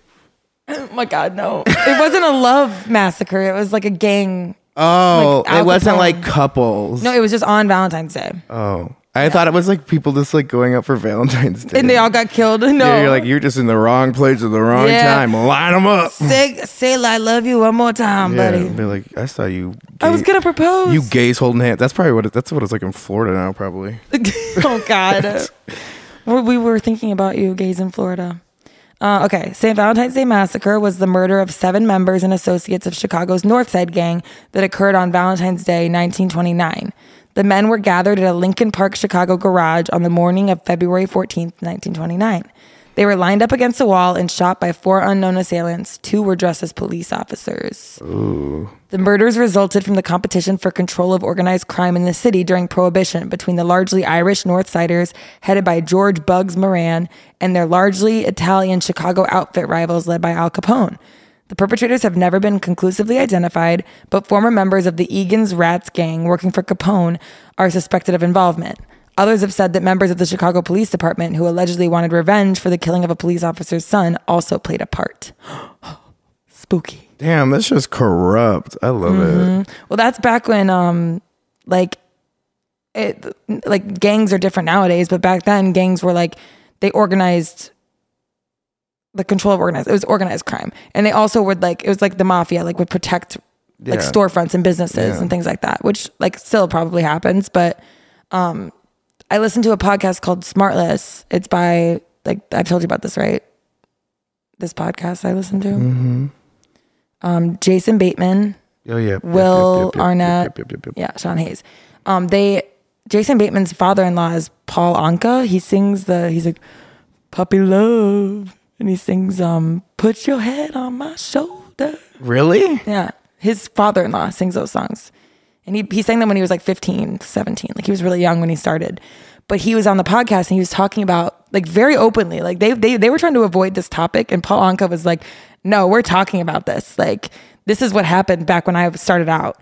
Oh my God, no. It wasn't a love massacre. It was like a gang. Oh, Like Al it wasn't Capone. like couples. No, it was just on Valentine's Day. Oh, I thought it was like people just like going out for Valentine's Day. And they all got killed. No. Yeah, you're like you're just in the wrong place at the wrong Yeah. time. Line them up. say, say, I love you one more time, Yeah, buddy. be like I saw you. I was gay- going to propose. You gays holding hands. That's probably what it, that's what it's like in Florida now. Probably. oh God. we we were thinking about you, gays in Florida. Uh, okay, St. Valentine's Day Massacre was the murder of seven members and associates of Chicago's North Side Gang that occurred on Valentine's Day, 1929. The men were gathered at a Lincoln Park, Chicago garage on the morning of February 14th, 1929. They were lined up against a wall and shot by four unknown assailants. Two were dressed as police officers. The murders resulted from the competition for control of organized crime in the city during Prohibition between the largely Irish North Siders, headed by George Bugs Moran, and their largely Italian Chicago outfit rivals led by Al Capone. The perpetrators have never been conclusively identified, but former members of the Egan's Rats gang working for Capone are suspected of involvement. Others have said that members of the Chicago Police Department who allegedly wanted revenge for the killing of a police officer's son also played a part. Spooky. Damn, that's just corrupt. I love it. Well, that's back when um like it like gangs are different nowadays, but back then gangs were like they organized the control of organized it was organized crime. And they also would like it was like the mafia like would protect like Yeah. storefronts and businesses Yeah. and things like that, which like still probably happens, but um I listened to a podcast called Smartless. It's by like I've told you about this, right? This podcast I listened to. Mm-hmm. Um Jason Bateman Oh yeah. Will Arnett. Yep, yep, yep, yep. yeah, Sean Hayes. Um, they Jason Bateman's father-in-law is Paul Anka. He sings the he's like puppy love, and he sings um put your head on my shoulder. Really? Yeah, his father-in-law sings those songs, and he he sang them when he was like 15, 17. Like he was really young when he started, but he was on the podcast and he was talking about like very openly, like they they they were trying to avoid this topic, and Paul Anka was like, "No, we're talking about this. Like this is what happened back when I started out."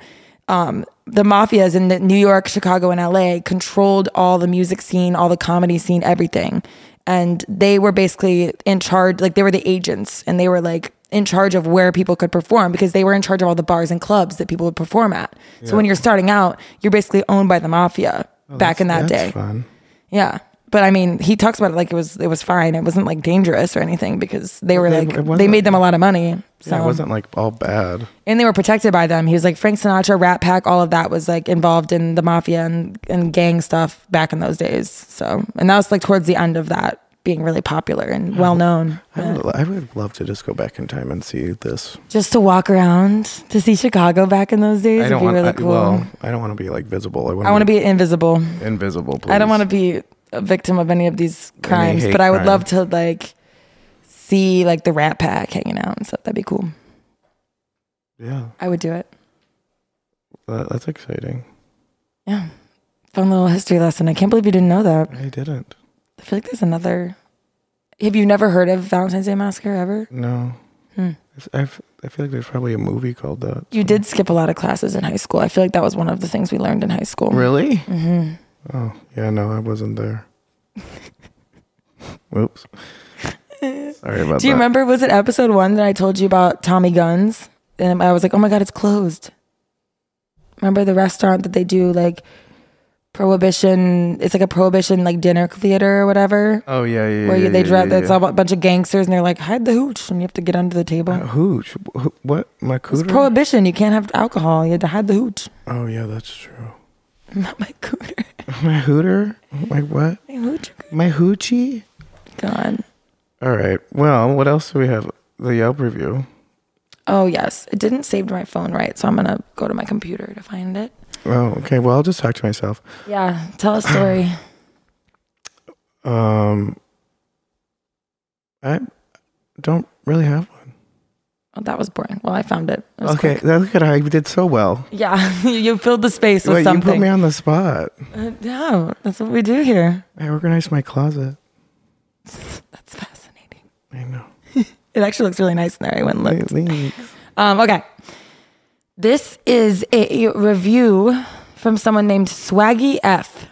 um, the mafias in the- New York, Chicago, and LA controlled all the music scene, all the comedy scene, everything. And they were basically in charge, like they were the agents and they were like in charge of where people could perform because they were in charge of all the bars and clubs that people would perform at. So when you're starting out, you're basically owned by the mafia back in that Oh, That's day. fun. Yeah. But I mean, he talks about it like it was it was fine. It wasn't like dangerous or anything because they were they- it like they wasn't- made them a lot of money. So Yeah, it wasn't like all bad. and they were protected by them. He was like Frank Sinatra, Rat Pack, all of that was like involved in the mafia and, and gang stuff back in those days. So, and that was like towards the end of that being really popular and well known. I, would, I would love to just go back in time and see this. Just to walk around to see Chicago back in those days I would don't be want. really I, cool. Well, I don't want to be like visible. I want. I want to be invisible. invisible. Please. I don't want to be a victim of any of these crimes, hate but I would crime. love to like see like the Rat Pack hanging out and stuff. That'd be cool. Yeah, I would do it. that, that's exciting. Yeah. Fun little history lesson. I can't believe you didn't know that. I didn't. I feel like there's another. Have you never heard of Valentine's Day Massacre ever? No. Hmm. I've, I feel like there's probably a movie called that. You did skip a lot of classes in high school. I feel like that was one of the things we learned in high school. Really? hmm Oh, yeah, no, I wasn't there. Whoops. Sorry about Do you that. remember? Was it episode one that I told you about Tommy Guns? And I was like, oh my God, it's closed. Remember the restaurant that they do like prohibition? It's like a prohibition like dinner theater or whatever. Oh, yeah, yeah, Where yeah, you they yeah, dress, yeah, it's all a bunch of gangsters, and they're like, hide the hooch, and you have to get under the yeah. table. Hooch. Wh- What? My It's cooter? prohibition. You can't have alcohol. You had to hide the hooch. oh, yeah, that's true. Not my cooter. My hooter? My what? My hooch. My hoochie? God. All right. Well, what else do we have? The Yelp review. Oh yes, it didn't save to my phone right, so I'm gonna go to my computer to find it. Oh, okay. Well, I'll just talk to myself. Yeah, tell a story. Um, I don't really have one. oh, that was boring. Well, I found it. It was Okay, quick. that- look at how I did so well. Yeah, you filled the space with Wait, you put something. me on the spot. Uh, yeah, that's what we do here. I organized my closet. That's fascinating. I know. It actually looks really nice in there. I went and looked. Thanks. Um, okay. This is a review from someone named Swaggy F.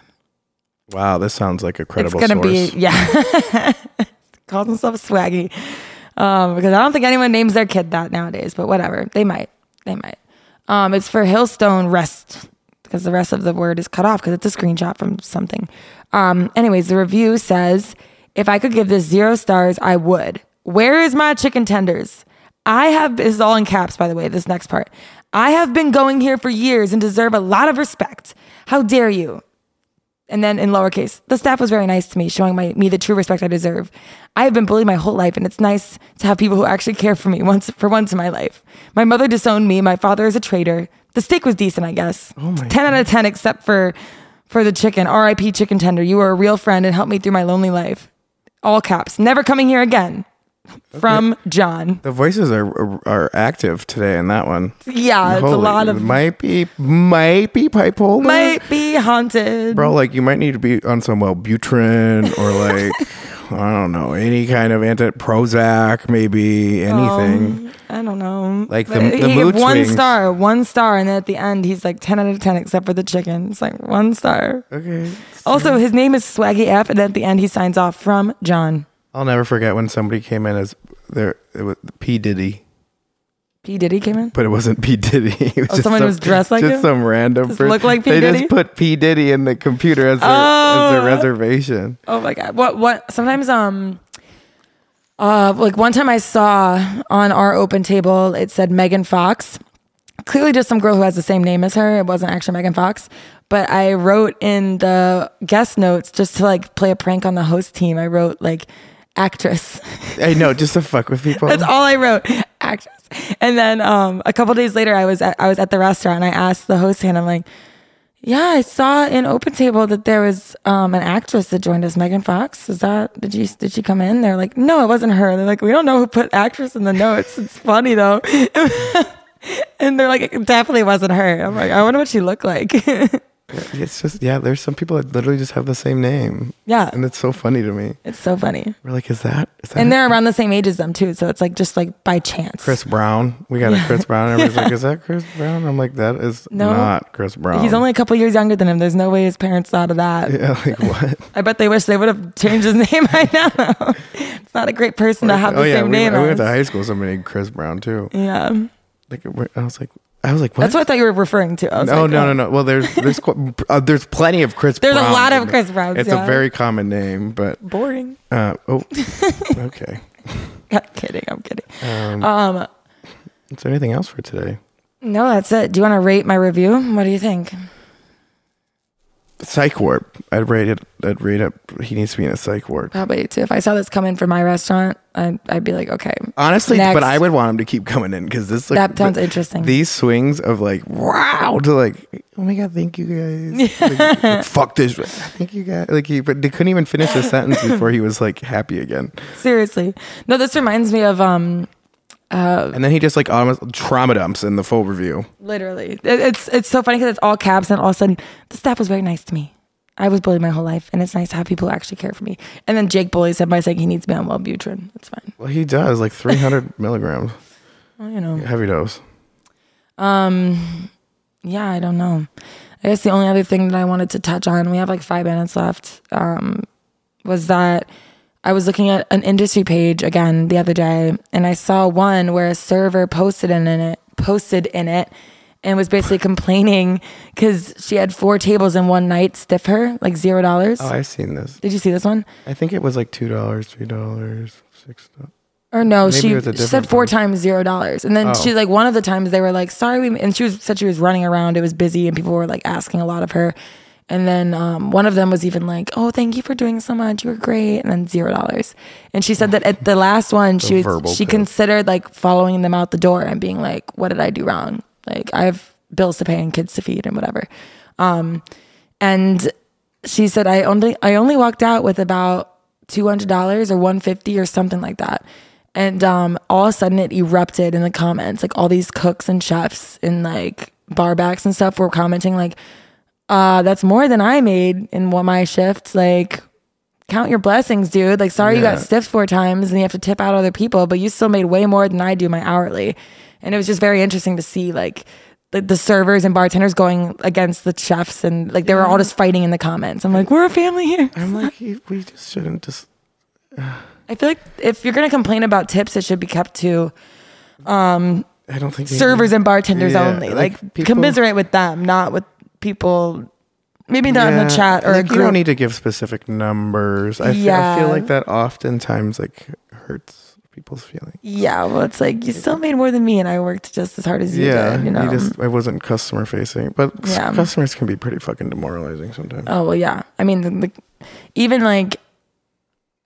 Wow, this sounds like a credible it's gonna source. be yeah calls himself swaggy um, because i don't think anyone names their kid that nowadays but whatever they might they might um, it's for hillstone rest because the rest of the word is cut off because it's a screenshot from something um, anyways the review says if i could give this zero stars i would where is my chicken tenders I have this is all in caps by the way, this next part. I have been going here for years and deserve a lot of respect. How dare you? And then in lowercase, the staff was very nice to me, showing my, me the true respect I deserve. I have been bullied my whole life, and it's nice to have people who actually care for me once for once in my life. My mother disowned me. My father is a traitor. The steak was decent, I guess. Oh my ten out of ten, except for for the chicken. R.I.P. Chicken Tender. You were a real friend and helped me through my lonely life. All caps. Never coming here again. From John. The voices are are, are active today in that one. Yeah, it's a Holy- lot of might be might be bipolar. might be haunted. Bro, like you might need to be on some Wellbutrin or like I don't know any kind of anti Prozac, maybe anything. Um, I don't know. Like the- But the he gave mood one swings. star, one star, and then at the end he's like ten out of ten except for the chicken. It's like one star. okay, Also, his name is Swaggy F, and at the end he signs off from John I'll never forget when somebody came in as there it was P Diddy, P Diddy came in. but it wasn't P Diddy. It was Oh, someone some, was dressed like just him? some random. Just person. look like P. They Diddy? just put P Diddy in the computer as their, as their Oh. reservation. Oh my god. What what sometimes um uh like one time I saw on our open table it said Megan Fox. Clearly just some girl who has the same name as her. It wasn't actually Megan Fox. But I wrote in the guest notes just to like play a prank on the host team. I wrote like actress. I know, just to fuck with people. That's all I wrote. Actress. And then um, a couple days later, I was at, I was at the restaurant and I asked the host, and I'm like, "Yeah, I saw in Open Table that there was um, an actress that joined us, Megan Fox. Is that did you did she come in?" They're like, "No, it wasn't her." They're like, "We don't know who put actress in the notes. It's funny though." and they're like, "It definitely wasn't her." I'm like, "I wonder what she looked like." It's just yeah. There's some people that literally just have the same name, yeah, and it's so funny to me. it's so funny. We're like, is that is that And they're around the same age as them too, so it's like just like by chance. Chris Brown? We got a Chris Brown. Everybody's like, is that Chris Brown? I'm like, that is No. not Chris Brown. He's only a couple years younger than him. There's no way his parents thought of that. yeah, like what? I bet they wish they would have changed his name by now. it's not a great person to have the same oh, we, name. I went as. to high school. with Somebody named Chris Brown too. yeah, Like, I was like, I was like, what? that's what I thought you were referring to. I was no, like, no, oh. no, no. Well, there's there's qu- uh, there's plenty of Chris. There's a Browns lot of in it. Chris Browns, It's yeah. a very common name, but Boring. uh, oh, okay. I'm kidding. I'm kidding. Um, Um, is there anything else for today? no, that's it. Do you want to rate my review? What do you think? Psych ward. I'd rate it. I'd rate it. He needs to be in a psych ward. Probably too. If I saw this come in from my restaurant, I'd, I'd be like, okay, Honestly, Next. but I would want him to keep coming in because this like that sounds th- interesting. these swings of like wow to like oh my god thank you guys Like, like, fuck this thank you guys like he but they couldn't even finish the sentence before he was like happy again Seriously, no. This reminds me of um, and then he just like almost trauma dumps in the full review Literally, It- it's it's so funny because it's all caps, and all of a sudden, the staff was very nice to me. I was bullied my whole life, and it's nice to have people who actually care for me. And then Jake bullies him by saying he needs to be on Wellbutrin. It's fine, well he does like 300 milligrams well, you know. heavy dose Um, yeah, I don't know. I guess the only other thing that I wanted to touch on, we have like five minutes left, um, was that I was looking at an industry page again the other day, and I saw one where a server posted in it, posted in it, and was basically complaining because she had four tables in one night, stiff her like zero dollars. oh i've seen this Did you see this one? i think it was like two dollars three dollars six dollars Or no, Maybe it she, was a she said different four times zero dollars, and then Oh. she like one of the times they were like, "Sorry, we," and she was said she was running around. It was busy, and people were like asking a lot of her. And then um, one of them was even like, "Oh, thank you for doing so much. You were great," and then zero dollars. And she said that at the last one, she verbal was, she pit. considered like following them out the door and being like, "What did I do wrong? Like I have bills to pay and kids to feed and whatever." Um, and she said i only i only walked out with about $200 or 150 or something like that and um, all of a sudden it erupted in the comments like all these cooks and chefs and like bar backs and stuff were commenting like uh, that's more than i made in one my shift like count your blessings dude like sorry you got Yeah. stiffed four times and you have to tip out other people but you still made way more than i do my hourly and it was just very interesting to see like the, the servers and bartenders going against the chefs and like they were all just fighting in the comments i'm like we're a family here i'm like he- we just shouldn't just i feel like if you're going to complain about tips it should be kept to um, i don't think he- servers and bartenders Yeah, only like, like, people- commiserate with them not with people maybe not in the Yeah, chat or a like, you group don't need to give specific numbers I feel- I Yeah. feel like that oftentimes like hurts people's feelings. Yeah, well, it's like you still made more than me, and I worked just as hard as you yeah, did. You know. just I wasn't customer facing, but s- Yeah. customers can be pretty fucking demoralizing sometimes. oh well, yeah. I mean, the, the, even like,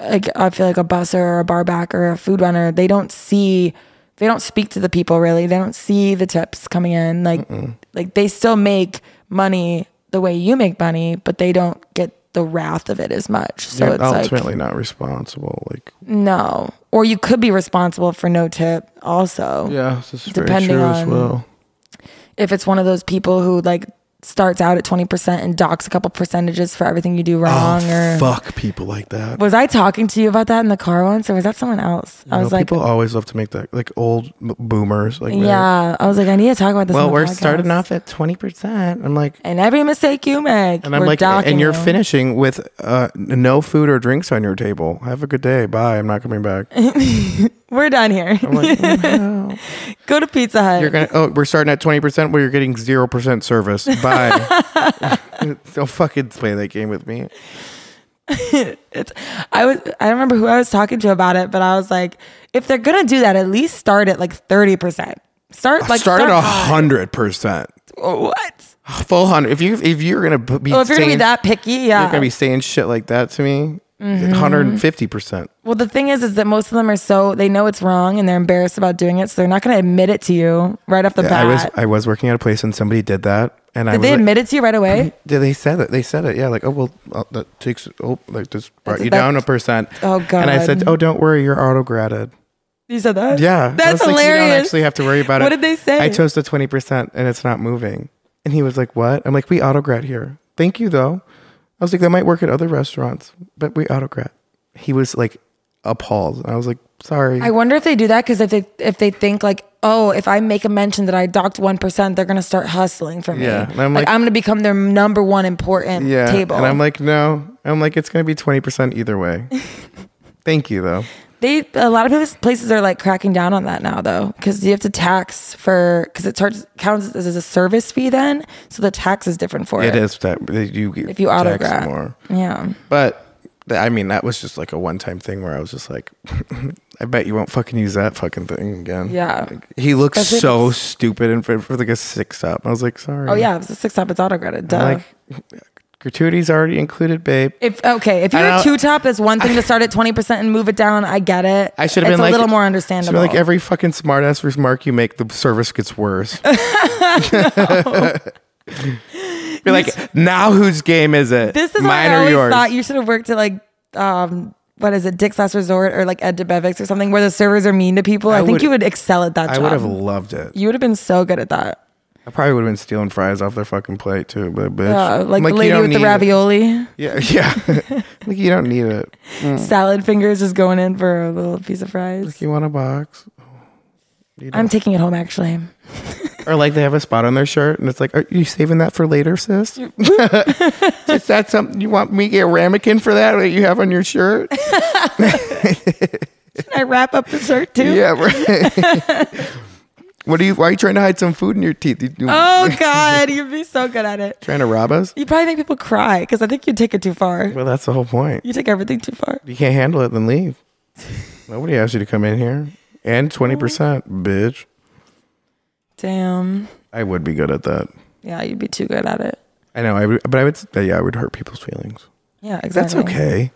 like I feel like a busser or a bar back or a food runner, they don't see, they don't speak to the people really. They don't see the tips coming in. Like, like they still make money the way you make money, but they don't get the wrath of it as much. So You're it's like ultimately not responsible. Like No. Or you could be responsible for no tip also. yeah, this is very Oh, Depending true as on- well. If it's one of those people who like starts out at 20% and docks a couple percentages for everything you do wrong Oh, or fuck people like that. was I talking to you about that in the car once or was that someone else? I No, was like people always love to make that like old m- boomers like they're- Yeah, I was like I need to talk about this. on Well, the we're podcast. starting off at twenty percent. I'm like, and every mistake you make. and I'm we're like, docking and you're you. finishing with uh, n- no food or drinks on your table. Have a good day. Bye. I'm not coming back. We're done here. I'm like, "Oh, no. Go to Pizza Hut. You're gonna. Oh, we're starting at twenty percent. Where you're getting zero percent service. Bye. Don't fucking play that game with me. it's I was I don't remember who I was talking to about it, but I was like, if they're gonna do that, at least start at like thirty percent. Start like Start at start hundred percent, Oh, What? full hundred. If you if you're gonna b- be, Well, Oh, if you're gonna be saying- that picky, yeah. you're gonna be saying shit like that to me. Mm-hmm. Hundred and fifty percent. well, the thing is, is that most of them are so they know it's wrong and they're embarrassed about doing it, so they're not gonna admit it to you right off the bat. I was I was working at a place and somebody did that, and I Did was they like, admit it to you right away? Yeah, they said it. They said it. Yeah, like oh well, uh, that takes oh like just brought That's- you that- down a percent. Oh, And I said, God. oh don't worry, you're auto graded. You said that? Yeah, That's I was like, You don't hilarious. actually have to worry about it. What did they say? I chose the twenty percent, and it's not moving. And he was like, what? I'm like, we auto grad here. Thank you though. I was like, that might work at other restaurants, but we auto grad. He was like appalled. I was like, sorry. I wonder if they do that because if they if they think like, oh, if I make a mention that I docked one percent, they're gonna start hustling for me. Yeah, and I'm I'm like, like- I'm gonna become their number one important yeah. table. And I'm like, no. I'm like, it's gonna be twenty percent either way. Thank you though. they a lot of places are like cracking down on that now though because you have to tax for because it starts counts as a service fee then, so the tax is different for It it. is that you get If you taxed autograph. more. Yeah. But th- I mean, that was just like a one time thing where I was just like, I bet you won't fucking use that fucking thing again. Yeah. He looked Especially if so stupid in front for like a six up. I was like, sorry. Oh yeah, it's a six top. It's auto graded. Duh. I'm like, gratuity's already included, babe. if okay, if you're I a don't- two top, it's one thing to start at twenty percent and move it down. I get it. I should have It's been like a little more should've understandable. been like every fucking smart ass remark you make, the service gets worse. You're like, now whose game is it? This is Mine why I or always yours? thought you should have worked at like um what is it, Dick's Last Resort or like Ed DeBevick's or something where the servers are mean to people. I, think would- you would excel at that I job. would have loved it. you would have been so good at that. I probably would have been stealing fries off their fucking plate too, but bitch. Yeah, Uh, like, you the lady don't with the need it. ravioli, Yeah, yeah. like you don't need it. salad fingers just going in for a little piece of fries. You want a box? You I'm taking it home actually. don't. or like they have a spot on their shirt, and it's like, are you saving that for later, sis? Is that something you want me to get a ramekin for that that you have on your shirt? Can I wrap up the shirt too? yeah, right. what are you? Why are you trying to hide some food in your teeth? You, you Oh God, you'd be so good at it. trying to rob us? You probably make people cry because I think you take it too far. Well, that's the whole point. You take everything too far. You can't handle it, then leave. Nobody asked you to come in here. And twenty percent, bitch. Damn. I would be good at that. Yeah, you'd be too good at it. I know, I would, but I would, yeah, I would hurt people's feelings. Yeah, That's exactly. okay.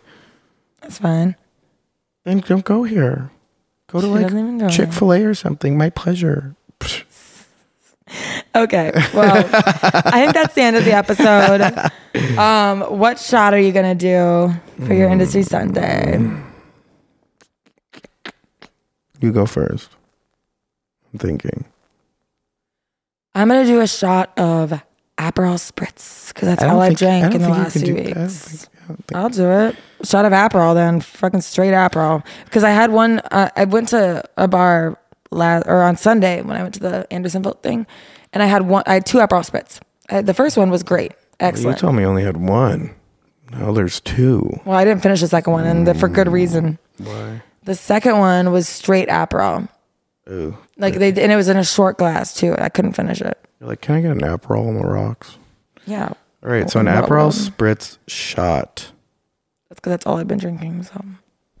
That's fine. Then don't go here. Go to She doesn't like even go there. Chick Fil A or something. My pleasure. Psh, Okay. Well, I think that's the end of the episode. Um, what shot are you gonna do for your Mm. industry Sunday? You go first. I'm thinking. I'm gonna do a shot of Aperol Spritz because that's I don't all I've think- I drank in don't the think you last can few do- I don't weeks. think- I don't think- I'll do it. Shot of Aperol then, fucking straight Aperol. Because I had one. Uh, I went to a bar last or on Sunday when I went to the Andersonville thing, and I had one. I had two Aperol Spritz. I, the first one was great, You excellent. told me you only had one. Now there's two. Well, I didn't finish the second one, and the, for good reason. Why? The second one was straight Aperol. Ooh. Like they and it was in a short glass too. I couldn't finish it. You're like, can I get an Aperol on the rocks? Yeah, All right, so an Well, Aperol um, spritz shot. that's because that's all I've been drinking. So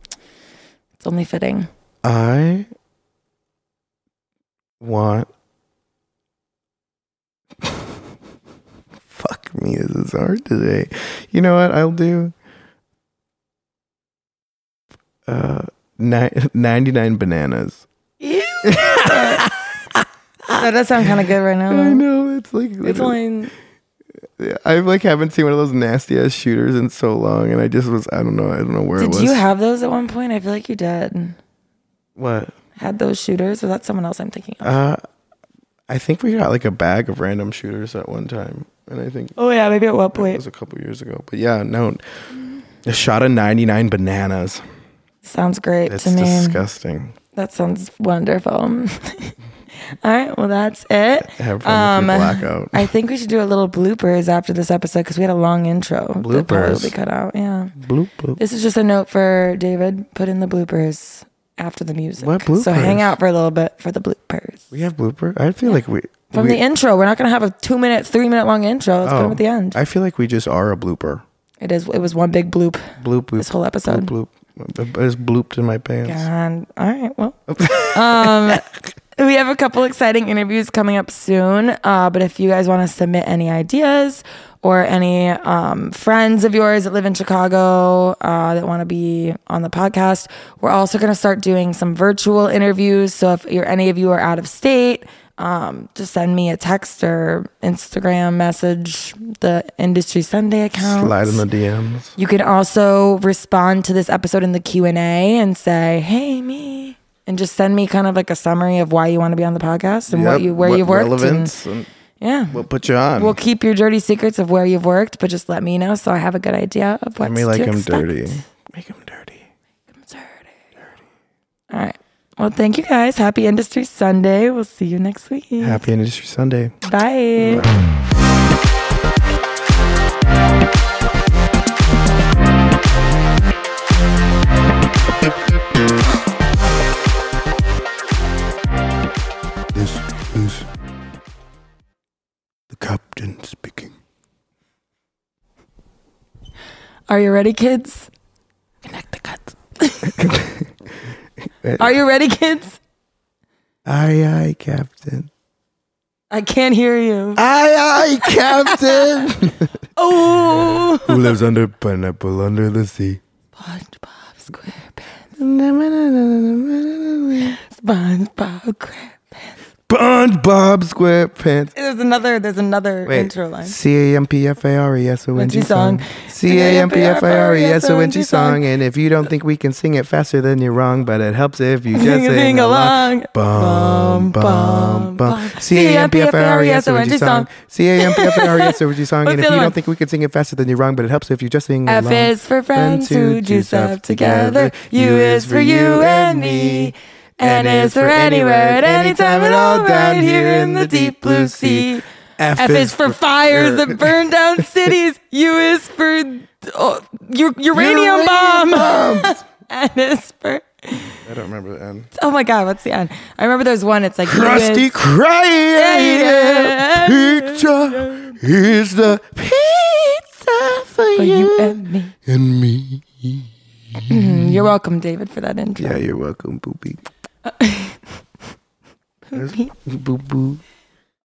it's only fitting. I want. Fuck me, this is hard today. You know what? I'll do. Uh, ni- 99 bananas. Ew. that does sound kind of good right now. I know it's like It's only I like haven't seen one of those nasty ass shooters in so long, and I just was I don't know I don't know where it Did was. you have those at one point? I feel like you did. what? Had those shooters? Or that's someone else I'm thinking of. Uh, I think we got like a bag of random shooters at one time, and I think oh yeah, maybe at what it point? was a couple years ago. But yeah, no, a shot of ninety nine bananas. Sounds great It's to me. disgusting. That sounds wonderful. All right, well that's it. Have fun Um, with your blackout. I think we should do a little bloopers after this episode because we had a long intro. that probably Bloopers. will be cut out. Yeah. bloop bloop. This is just a note for David. Put in the bloopers after the music. What So hang bloopers? out for a little bit for the bloopers. We have blooper. I feel like we From we- the intro, we're not gonna have a two minute, three minute long intro. Let's put them oh, at the end. I feel like we just are a blooper. it is. It was one big bloop. Bloop bloop. This whole episode. bloop bloop. I just blooped in my pants. God. All right. Well, um, we have a couple exciting interviews coming up soon. Uh, but if you guys want to submit any ideas or any um, friends of yours that live in Chicago uh, that want to be on the podcast, we're also going to start doing some virtual interviews. So if you're, any of you are out of state, um, just send me a text or Instagram message, the Industry Sunday account. Slide in the DMs. You can also respond to this episode in the Q&A and say, "Hey me." And just send me kind of like a summary of why you want to be on the podcast and what Yep, you where you've worked. relevance and And, yeah. what put you on. We'll keep your dirty secrets of where you've worked, but just let me know so I have a good idea of what Let me like to him expect. dirty. Make him dirty. Dirty. All right. Well, thank you guys. Happy Industry Sunday. We'll see you next week. Happy Industry Sunday. Bye. This is the captain speaking. Are you ready, kids? Connect the cuts. Are you ready, kids? Aye, aye, captain. I can't hear you. Ah. Aye, aye, captain. Oh. Who lives under pineapple under the sea? SpongeBob SquarePants. SpongeBob SpongeBob SquarePants. SquarePants. There's another. There's another intro line. C A M P F A R E S O N G Wenchi song. song. C A M P F A R E S O N G song. And if you don't think we can sing it faster, then you're wrong. But it helps if you just Sing, sing along. Bum bum bum. C A M P F A R E S O N G song. C A M P F A R E S O N G song. What's the And if you other don't one? think we can sing it faster, then you're wrong. But it helps if you just sing F along. is for friends who juice up together. U is for you and me. N is for anywhere at any time at all, right here in the deep blue sea. F is for fires that burn down cities. U is for oh, u- uranium bomb. bombs. N is for I don't remember the end. oh my god, what's the end? I remember there's one. It's like U Krusty is- Krab picture is the pizza for for you you and me. Mm-hmm. and me. You're welcome, David, for that intro. Yeah, you're welcome, Boopy. Poopy. Boo boo.